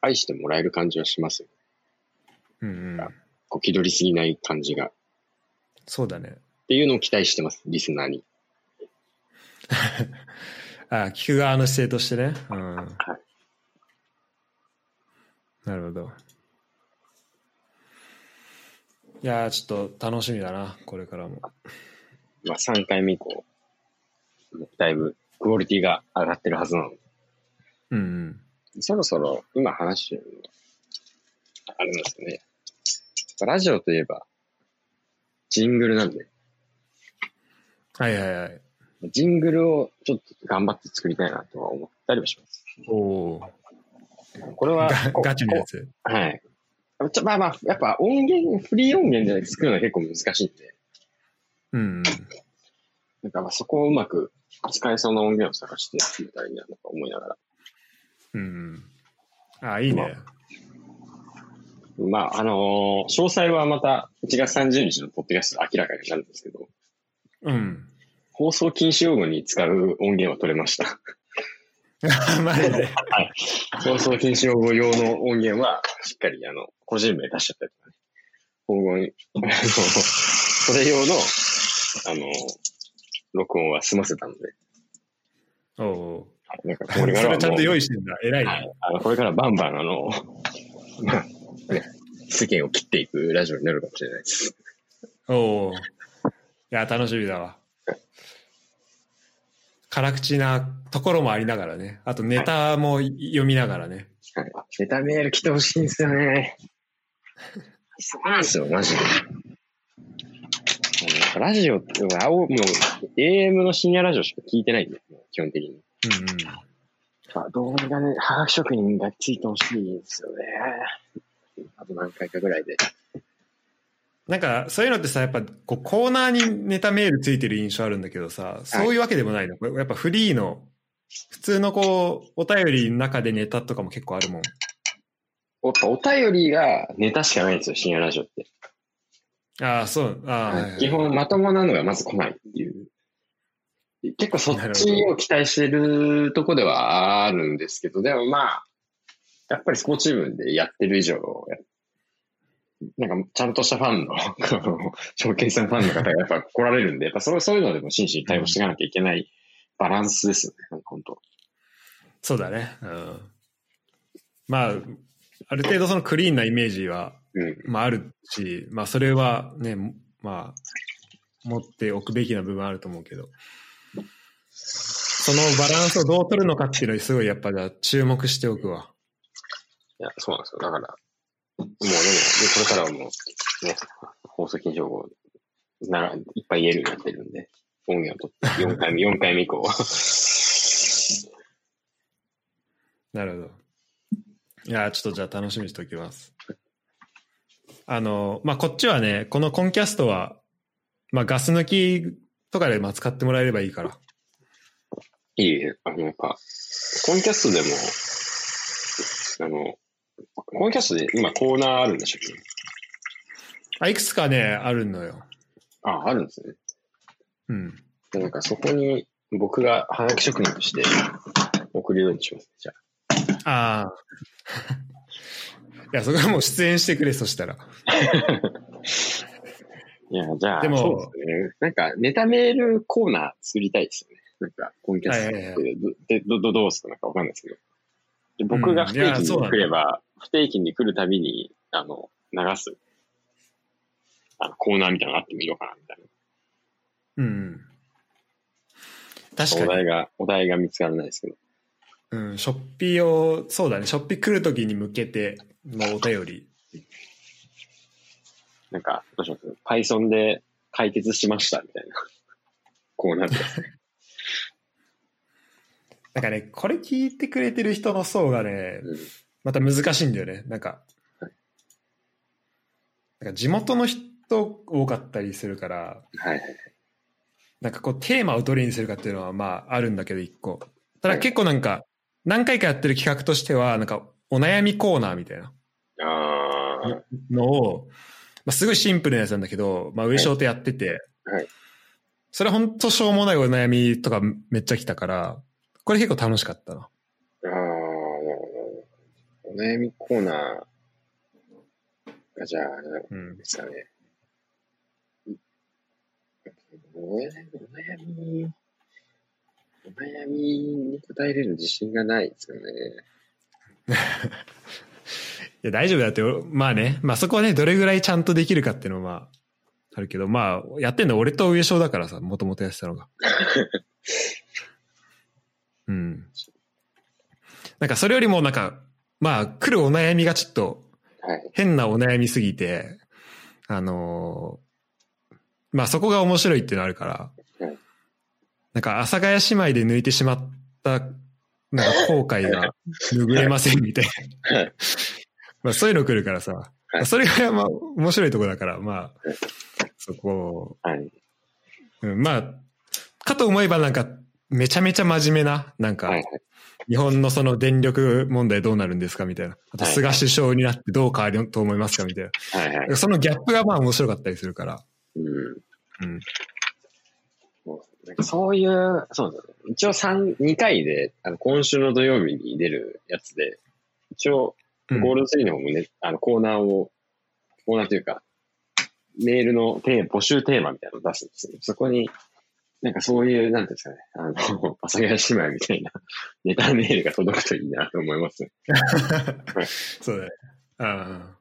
愛してもらえる感じはしますよ。
うんうん。
こう気取りすぎない感じが。っ
そうだね。
ていうのを期待してます、リスナーに。
あ、聞く側の姿勢としてね。うん。なるほど。いやー、ちょっと楽しみだな、これからも。
まあ3回目以降、だいぶクオリティが上がってるはずなので
うんうん。
そろそろ今話してるの、あれなんですよね。ラジオといえば、ジングルなんで、
はいはいはい。
ジングルをちょっと頑張って作りたいなとは思ったりはします。
おおー。
これは、
ガ
こ
ガチのやつ。
こはい。ちょまあまあ、やっぱ音源、フリー音源で作るのは結構難しいんで、
うんうん。
なんかまあそこをうまく使えそうな音源を探して作れたらいいなとか思いながら、
うんうん。あ、いいね。
まああのー詳細はまた1月30日のポッドキャストで明らかになるんですけど、
うん。
放送禁止用語に使う音源は取れました。
マジで。
放送禁止用語用の音源は、しっかり、あの、個人名出しちゃったりとかね。黄金、あの、それ用の、あの、録音は済ませたので、
おお
なんか
ー。そ
これからはも
れ
う
ちゃんと用意してんだ。偉い
は
ね。
いあの、これからバンバン、あの、 まあ、ね、世間を切っていくラジオになるかもしれないです。
おお。いや、楽しみだわ。辛口なところもありながらね。あとネタも読みながらね。
はい。ネタメール来てほしいんですよね。そうなんですよ、マジで。もうなんかラジオって、あおもう、AM の深夜ラジオしか聞いてないんで、もう基本的に。
うんうん。
まあ、動画がね、はがき職人がついてほしいんですよね。あと何回かぐらいで。
なんか、そういうのってさ、やっぱこうコーナーにネタメールついてる印象あるんだけどさ、そういうわけでもないの。これやっぱフリーの、普通のこう、お便りの中でネタとかも結構あるもん。
やっぱお便りがネタしかないんですよ、深夜ラジオって。
ああ、そう。ああ、はいはい
基本まともなのがまず来ないっていう。結構そっちを期待してるとこではあるんですけど、でもまあ、やっぱりスポーツチームでやってる以上、なんかちゃんとしたファンの、この証券さんファンの方がやっぱ来られるんで、やっぱそれそういうのでも真摯に対応していかなきゃいけないバランスですよね、なんか本当。
そうだね。うん。まあ、ある程度そのクリーンなイメージは、
うん。
まああるし、まあそれはね、まあ、持っておくべきな部分あると思うけど、そのバランスをどう取るのかっていうのにすごいやっぱじゃあ注目しておくわ。
いや、そうなんですよ。だから、もうでも、でこれからはもう、ね、放送禁止用語なら、いっぱい言えるようになってるんで、音源を取って、4回目、4回目以降 は。
なるほど。いやー、ちょっとじゃあ楽しみにしておきます。あの、まあ、こっちはね、このコンキャストは、まあ、ガス抜きとかでまあ使ってもらえればいいから。
いいえ、あの、やっぱ、コンキャストでも、あの、コンキャストで今コーナーあるんでしょうね。
あ、いくつかね、あるのよ。
あ、あるんですね。
うん。
でなんかそこに僕がハガキ職人として送るようにします。じゃあ
ああ。 いや、そこはもう出演してくれ、そしたら。
いや、じゃあ、
でも
そうですね。なんか、ネタメールコーナー作りたいですよね。なんか、コンキャスト
はい
で
は
でど、ど、どうですかなんかわかんないですけど。で僕が不
い
定
や
期に
そうなん
来
だ
れば、不定期に来るたびに、あの、流す、あの、コーナーみたいなのあってみようかな、みたい
うん。確
な。お
かに。
題が、お題が見つからないですけど。
うん、ショッピーを、そうだね、ショッピー来るときに向けてのお便り。
なんか、どうします ?Python で解決しました、みたいな。コーナーで。
なんかね、これ聞いてくれてる人の層がね、
うん
また難しいんだよね。なんか、
はい
なんか地元の人多かったりするから、
はいはい。
なんかこうテーマをどれにするかっていうのはまああるんだけど、一個。ただ結構なんか、何回かやってる企画としては、なんか、お悩みコーナーみたいな
ああ、
のを、まあ、すごいシンプルなやつなんだけど、まあ、上翔とやってて、
はい
それほんとしょうもないお悩みとかめっちゃ来たから、これ結構楽しかったな。
ああ、なるほど。お悩みコーナーが、じゃあ、あれなん
うん。
ですかね。お悩み、お悩み、お悩みに答えれる自信がないですよね。
いや、大丈夫だって、おまあね、まあそこはね、どれぐらいちゃんとできるかっていうのは、まあ、あるけど、まあ、やってんの俺と上昇だからさ、もともとやってたのが。うん。なんかそれよりも、なんか、まあ、来るお悩みがちょっと、
はい。
変なお悩みすぎて、あのーまあそこが面白いっていうのあるから、
はい
なんか阿佐ヶ谷姉妹で抜いてしまった、なんか後悔が拭えませんみたい
は。
ない まあそういうの来るからさ、
い
それがまあ面白いとこだから、まあ
はい、
そこ
はい。
を、うんまあ、かと思えばなんか、めちゃめちゃ真面目な、なんか、
はい。はい。
日本のその電力問題どうなるんですかみたいな。あと、
はい
菅首相になってどう変わると思いますかみたいな。
はい。はい。
そのギャップがまあ面白かったりするから。
うん。
うん。
もうなんかそういう、そうだね。一応三2回で、あの今週の土曜日に出るやつで、一応、
うん
ゴールドツリーの方もね、あのコーナーを、コーナーというか、メールのテーマ、募集テーマみたいなのを出すんですよ。そこに、なんかそういう、なんていうんですかね、あの、 阿佐ヶ谷姉妹みたいなネタメールが届くといいなと思います。
そうだね。うん。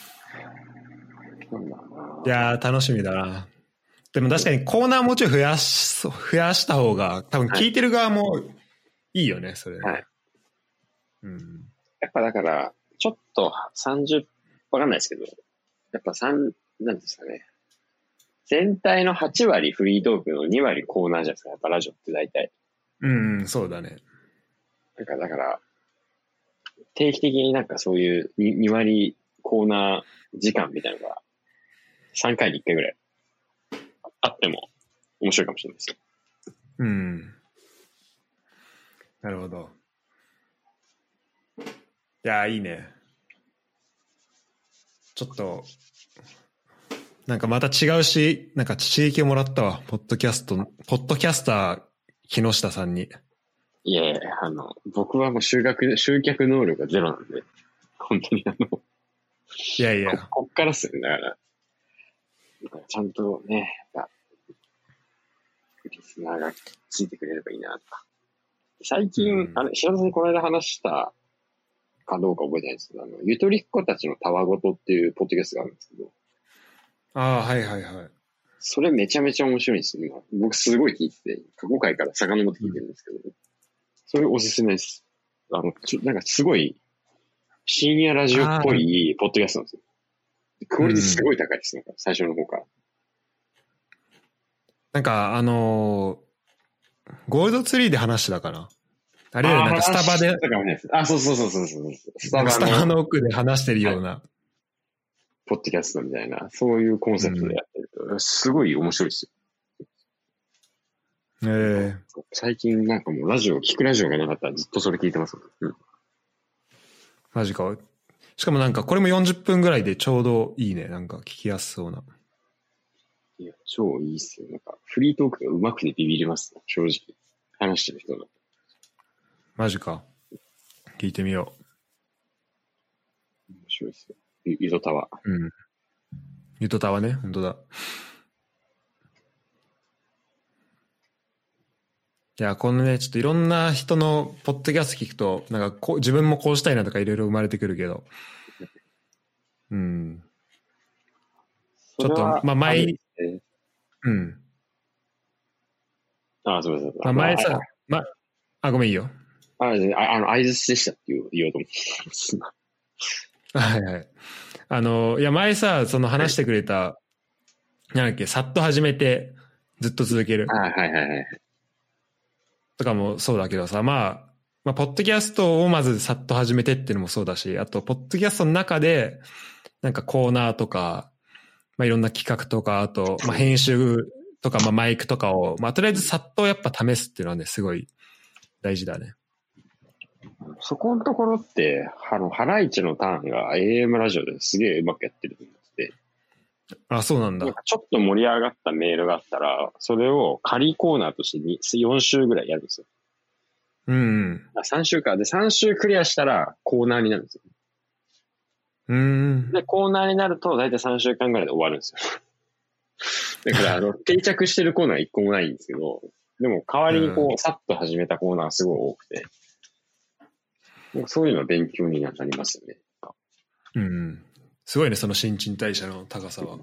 そうだない
やー、楽しみだな。でも確かにコーナーもうちょい増やし、増やした方が、多分聞いてる側もいいよね、それ。
はい。
うん。
やっぱだから、ちょっと30、わかんないですけど、やっぱ3、なんですかね。全体の8割フリートークの2割コーナーじゃないですか。やっぱラジオって大体。
うん、うんそうだね。
なんかだから、定期的になんかそういう 2, 2割コーナー時間みたいなのが、3回に1回ぐらいあっても面白いかもしれないですよ。
うん。なるほど。いやー、いいね。ちょっと、なんかまた違うし、なんか刺激をもらったわ。ポッドキャスト、ポッドキャスター、木下さんに。
いやいや、あの、僕はもう集客、集客能力がゼロなんで、本当にあの、
いやいや、
ここっからっすよね、だから。ちゃんとね、やっぱ、リスナーがついてくれればいいなとか。最近、
うん
あれ、白田さんにこの間話したかどうか覚えてないんですけど、あの、ゆとりっ子たちのたわごとっていうポッドキャストがあるんですけど、
ああ、はいはいはい。
それめちゃめちゃ面白いんですよ、今。僕すごい聞いてて、過去回から遡って聞いてるんですけど、それおすすめです。あの、ちょなんかすごい、深夜ラジオっぽいポッドキャストなんですよ。クオリティすごい高いです、なんか最初の方から。
なんか、あのーゴールドツリーで話してたかな。あ
あ
れよりなんかスタバで、
あ、そうそうそうそうそう。スタ
なんかスタ
バ
バ
の
の奥で話してるような。
ポッドキャストみたいな、そういうコンセプトでやってると、すごい面白いです
ええ
よ。最近なんかもうラジオ、聞くラジオがなかったらずっとそれ聞いてますもん。うん
マジか。しかもなんかこれも40分ぐらいでちょうどいいね。なんか聞きやすそうな。
いや、超いいっすよ。なんか、フリートークが上手くてビビります、正直。話してる人の。
マジか。聞いてみよ
面白いっすよ。ゆゆとたわ。
う。うん。ゆとたわね。本当だ。いや、このね、ちょっといろんな人のポッドキャスト聞くと、なんかこう、自分もこうしたいなとかいろいろ生まれてくるけど。うん。ちょっと
それは
まあ前に
あるんですね
うん。
あ、そうそうそう。
まあ、前
ま
さ、ま、あ、ごめんいいよ。
あ、あああの、相づちでしたって言おう言おうと思って た。
はいはい。あの、いや、前さ、その話してくれた、なんだっけ、さっと始めて、ずっと続ける
あはいはいはい。
とかもそうだけどさ、まあ、まあ、ポッドキャストをまずさっと始めてっていうのもそうだし、あと、ポッドキャストの中で、なんかコーナーとか、まあ、いろんな企画とか、あと、まあ、編集とか、まあ、マイクとかを、まあ、とりあえずさっとやっぱ試すっていうのはね、すごい大事だね。
そこのところって、あの、ハライチのターンが AM ラジオですげえうまくやってると思ってて、
あ、そうなんだ
なん。かちょっと盛り上がったメールがあったら、それを仮コーナーとしてに4週ぐらいやるんですよ。
うんうん。
あ3週か。で、3週クリアしたらコーナーになるんですよ。
うーん。
で、コーナーになると、だいたい3週間ぐらいで終わるんですよ。だ から、あの、定着してるコーナー1個もないんですけど、でも、代わりにこう、さっと始めたコーナーがすごい多くて、もうそういうのは勉強になりますよね。
うんうん。すごいね、その新陳代謝の高さは。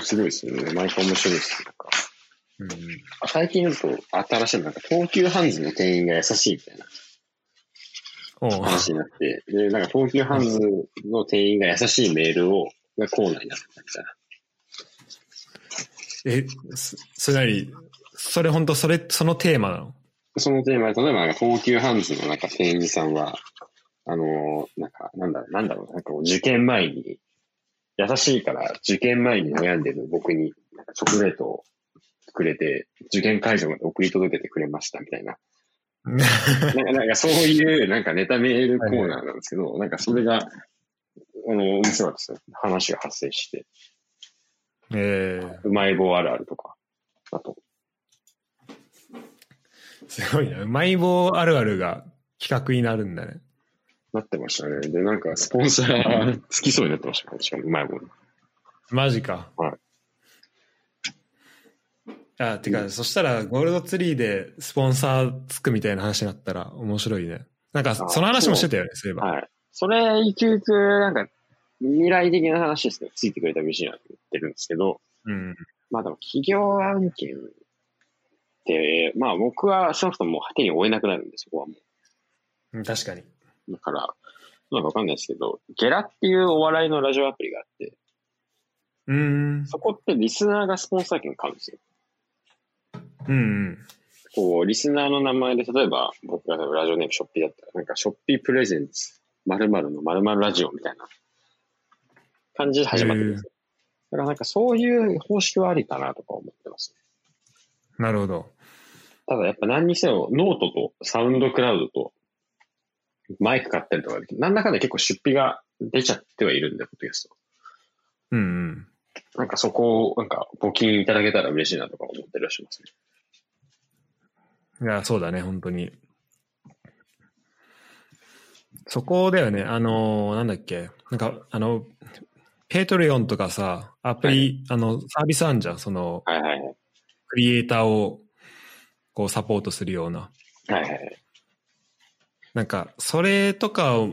すごいですよね。毎回面白いです。なんか
うんうん。
最近だと、新しいのなんか、東急ハンズの店員が優しいみたいな
おう
話になって、で、なんか、東急ハンズの店員が優しいメールを、がコーナーになったみたいな。
え、そそれなり、それ本当それ、そのテーマなの
そのテーマで、例えば、なんか東急ハンズのなんか店員さんは、あのーなんか、なんだろう、なんだろう、なんかこう受験前に、優しいから受験前に悩んでる僕に、なんかチョコレートをくれて、受験会場まで送り届けてくれました、みたいな。なんか、なんかそういう、なんかネタメールコーナーなんですけど、なんかそれが、あの、面白かったですね。話が発生して、
ええ
うまい棒あるあるとか、あと、
すごいな。うまい棒あるあるが企画になるんだね。
なってましたね。で、なんか、スポンサー つきそうになってましたね。しかも、うまい棒に。
マジか。
はい
あ、てか、
うん
そしたら、ゴールドツリーでスポンサーつくみたいな話になったら面白いね。なんか、その話もしてたよね、そういえば。
はい。それ、ゆくゆく、なんか、未来的な話ですけど、ついてくれたら嬉しいなって言ってるんですけど、
うん。
まあでも、企業案件って、まあ僕は少なくとももう手に負えなくなるんです、そこはも
うん確かに。
う。だから、なんかわかんないですけど、ゲラっていうお笑いのラジオアプリがあって、
うーん。
そこってリスナーがスポンサー権買うんですよ。
うんうん。
こう、リスナーの名前で、例えば、僕が例えばラジオネームショッピーだったら、なんか、ショッピープレゼンツ、〇〇の〇〇ラジオみたいな感じで始まってるんですよ。だからなんか、そういう方式はありかなとか思ってます、ね。
なるほど。
ただやっぱ何にせよ、ノートとサウンドクラウドと、マイク買ったりとか、なんだかんだ結構出費が出ちゃってはいるんで、ことです
うんうん。
と。なんかそこを、なんか、募金いただけたら嬉しいなとか思ってらっしゃいますね。
いや、そうだね、本当に。そこだよね、あのーなんだっけ、なんか、あの、ペイトレオンとかさ、アプリ、あの、サービスあんじゃん、その、
はいはいはい。
クリエイターを、こう、サポートするような。
はいはいはい。
なんか、それとかを、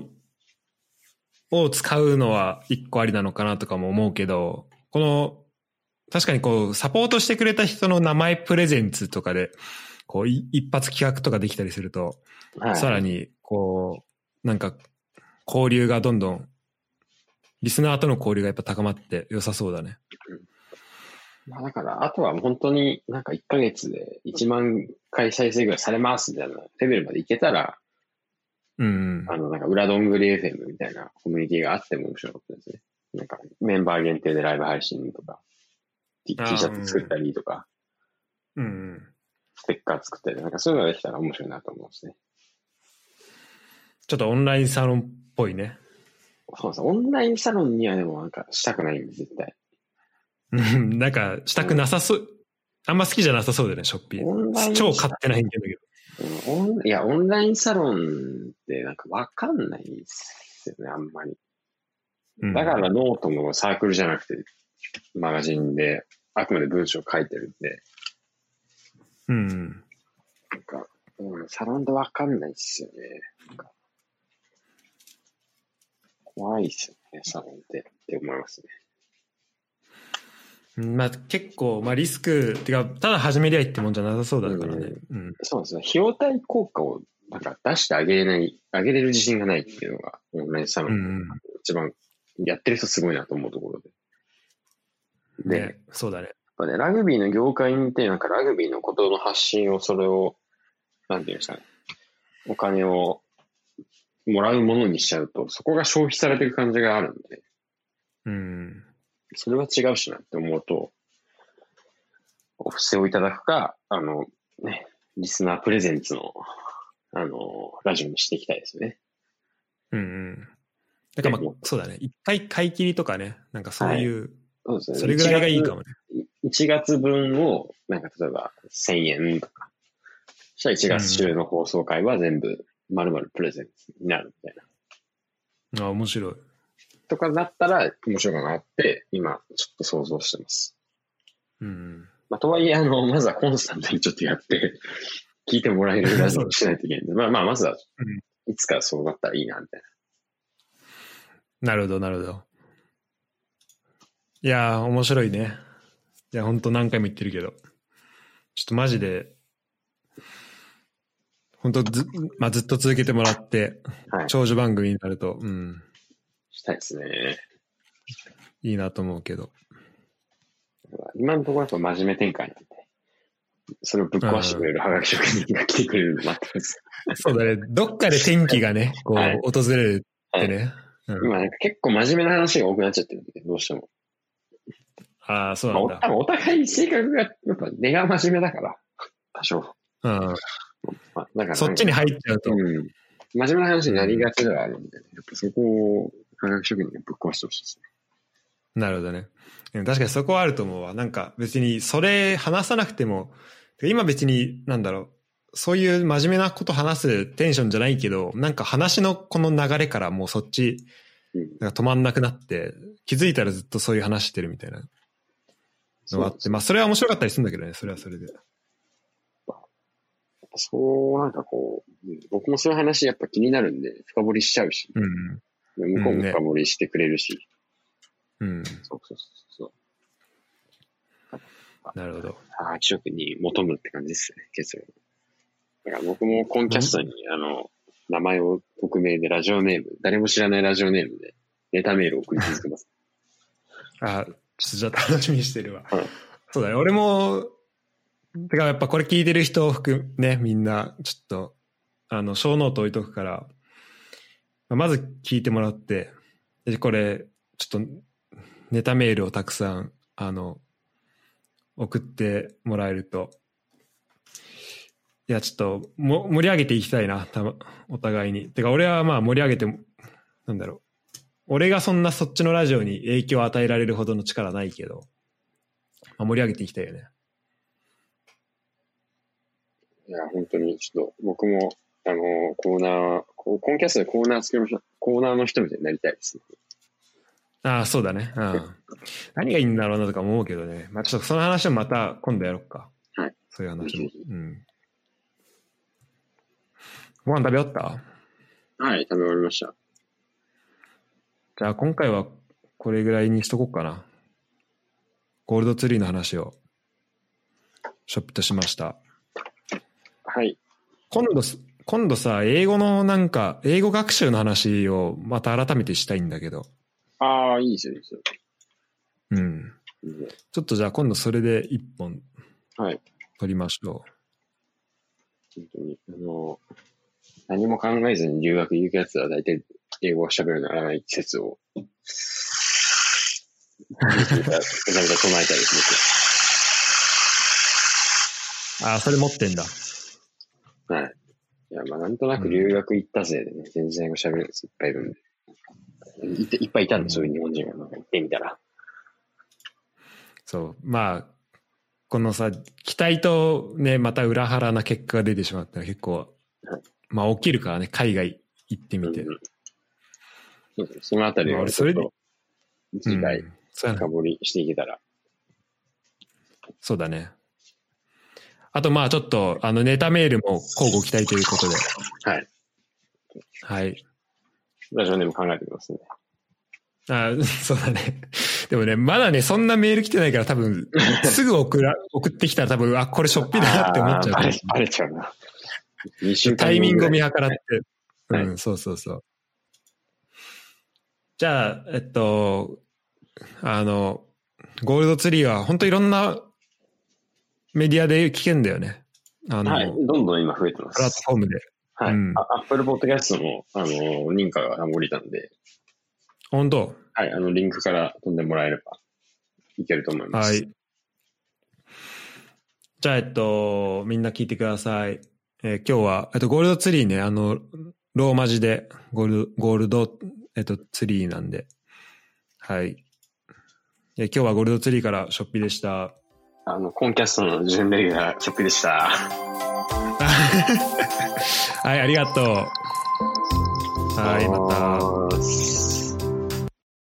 を使うのは一個ありなのかなとかも思うけど、この、確かにこう、サポートしてくれた人の名前プレゼンツとかで、こう、い一発企画とかできたりすると、
はい、
さらに、こう、なんか、交流がどんどん、リスナーとの交流がやっぱ高まって良さそうだね。
まあ、だから、あとは本当になんか1ヶ月で1万回再生ぐらいされますみたいなレベルまでいけたら、
うん
あの、なんか裏どんぐり FM みたいなコミュニティがあっても面白かったですね。なんかメンバー限定でライブ配信とか、T,
あ
T
ー
シャツ作ったりとか、
うん。うんうん。
ステッカー作ったり、なんかそういうのができたら面白いなと思うんですね。
ちょっとオンラインサロンっぽいね。
そうそう、オンラインサロンにはでもなんかしたくないんで、絶対。
うんなんか、したくなさそう。あんま好きじゃなさそうだよね、ショッピ
オンライ
ー。
ン
超買ってないんだけ
うんオンいや、オンラインサロンってなんかわかんないですよね、あんまり。
ど。うん
だか、らノートもサークルじゃなくて、マガジンで、あくまで文章を書いてるんで、
うん。
なんか、うん、サロンでわかんないっすよね。なんか怖いっすよね、サロンって、って思いますね。
まあ結構、まあリスク、てか、ただ始めりゃいいってもんじゃなさそうだからね。うん。
そうなんですね。費用対効果をなんか出してあげれない、あげれる自信がないっていうのが、オンラインサロ
う
ン、
ん。
一番やってる人すごいなと思うところで。
うん
で、
ね、そうだね。
やっぱね、ラグビーの業界にいて、なんかラグビーのことの発信を、それを、なんていうんですかね、お金をもらうものにしちゃうと、そこが消費されてる感じがあるんで、
うん。
それは違うしなって思うと、お布施をいただくか、あの、ね、リスナープレゼンツのあの、ラジオにしていきたいですね。
うんうん。だからまあ、そうだね。一回買い切りとかね。なんかそういう、
そうですね。
それぐらいがいいかもね。
1月分を、なんか例えば1000円とか、そしたら1月週の放送回は全部丸々プレゼントになるみたいな。
あ面白い。
とかなったら面白いかなって、今ちょっと想像してます。
うんうん。
まあ、とはいえ、あの、まずはコンスタントにちょっとやって、聞いてもらえるラジオにしないといけないんで、まあまあ、まずは
ん、
いつかそうなったらいいな、みたい
なるほど、なるほど。いやー、面白いね。いや、ほんと何回も言ってるけど。ちょっとマジで、本当ず、まあ、ずっと続けてもらって、
な。はい。
長寿番組になると、うん、
したいですね。
いいなと思うけど。
今のところやっぱ真面目展開なんで、それをぶっ壊してくれるハガキ職人が来てくれるの待ってます。
そうだね。どっかで天気がね、こう、
はい
訪れるってね。うん、
今なんか結構真面目な話が多くなっちゃってるんで、どうしても。
ああ、そう
まあ、
な
お
んだ
多。分お互い性格が、やっぱ根が真面目だから、多少。
うん、
まあ、だから
そっちに入っちゃうと。
うん。真面目な話になりがちではあるんで、ね、やっぱそこを科学職人がぶっ壊してほしいですね。
なるほどね。うん確かにそこはあると思うわ。なんか別にそれ話さなくても、今別になんだろう、そういう真面目なこと話すテンションじゃないけど、なんか話のこの流れからもうそっち
うん
なんか止まんなくなって、気づいたらずっとそういう話してるみたいなのがあって、まあそれは面白かったりするんだけどね、それはそれで。
そう、なんかこう、うん僕もそういう話やっぱ気になるんで、深掘りしちゃうし、
うん。
向こうも深掘りしてくれるし、
うん。
そうそうそう
なるほど。
そう。科学職人求むって感じですね、結論。だから僕もコンキャストに、あの、名前を匿名でラジオネーム、誰も知らないラジオネームで、ネタメールを送り続けます。
あ、ちょっとじゃあ楽しみにしてるわ。
うん
そうだね、俺も、てかやっぱこれ聞いてる人を含め、ね、みんな、ちょっと、あの、小ノート置いとくから、まあまず聞いてもらって、で、これ、ちょっと、ネタメールをたくさん、あの、送ってもらえると、いや、ちょっと、も、盛り上げていきたいな、たまお互いに。てか、俺はまあ盛り上げても、なんだろう。俺がそんなそっちのラジオに影響を与えられるほどの力ないけど、まあ、盛り上げていきたいよね。
いや、本当に、ちょっと、僕も、あの、コーナー、こうコンキャストでコーナー作りましょう。コーナーの人みたいになりたいですね。
ああ、そうだね。うん。何がいいんだろうなとか思うけどね。まあちょっとその話をまた今度やろっか。
はい。
そういう話
ぜ
も
ひぜ。
うん。ご飯食べ終わった
はい、食べ終わりました。
じゃあ今回はこれぐらいにしとこうかな。ゴールドツリーの話をショップとしました。
はい。
今度す、今度さ、英語のなんか、英語学習の話をまた改めてしたいんだけど。
ああ、いいですよ、いいですよ。
うん。
いいね
ちょっとじゃあ今度それで一本
はい。
撮りましょ
本当に。あの、何も考えずに留学行くやつは大体英語を喋るならない季節 を、めちゃめちゃ唱えたりす
う。ああ、それ持ってんだ。
る。はい。いや、まあ、なんとなく留学行ったせいでね、全然英語喋るやついっぱいいるんで。いていっぱいいたんで、そういう日本人がなんか行ってみたら。
そう。まあ、このさ、期待とね、また裏腹な結果が出てしまったら結構
はい、
まあ起きるからね、海外行ってみて。
うんうんそうですねそのあたり
まあ
を
俺
ち
そ
ょ
れ
っ
で
と次
う
回
んそうやな
深掘りしていけたら、
そうだね。あとまあちょっと、あの、ネタメールも交互期待ということで。
はい。
はい。
ラジオネーム考えてきますね。
あ ーそうだね。でもね、まだね、そんなメール来てないから多分、すぐ送 ら、送ってきたら多分、あ、これしょっぴだなって思っちゃう
あ
か
ーバ
ら
レ。バレちゃうな。二週間
タイミングを見計らって。
はい
うん、そうそうそう。じゃあ、えっと、あの、ゴールドツリーは本当いろんなメディアで聞けんだよね。あの、
はい。
プ
どんどん今増えてま
ラッ
す。
トフォームで。
はい。
うん
あアップルポッドキャストも、あの、認可が降りたんで、
本当
はい。あの、リンクから飛んでもらえればいけると思います。
はい。じゃあ、えっと、みんな聞いてください。えー今日は、えっと、ゴールドツリーね、あの、ローマ字で、ゴールド、ゴールド、えっと、ツリーなんで。はい。えー今日はゴールドツリーからショッピーでした。
あの、コンキャストの準レギュラー、ショックでした。
はい、ありがとう。はい、また。
た。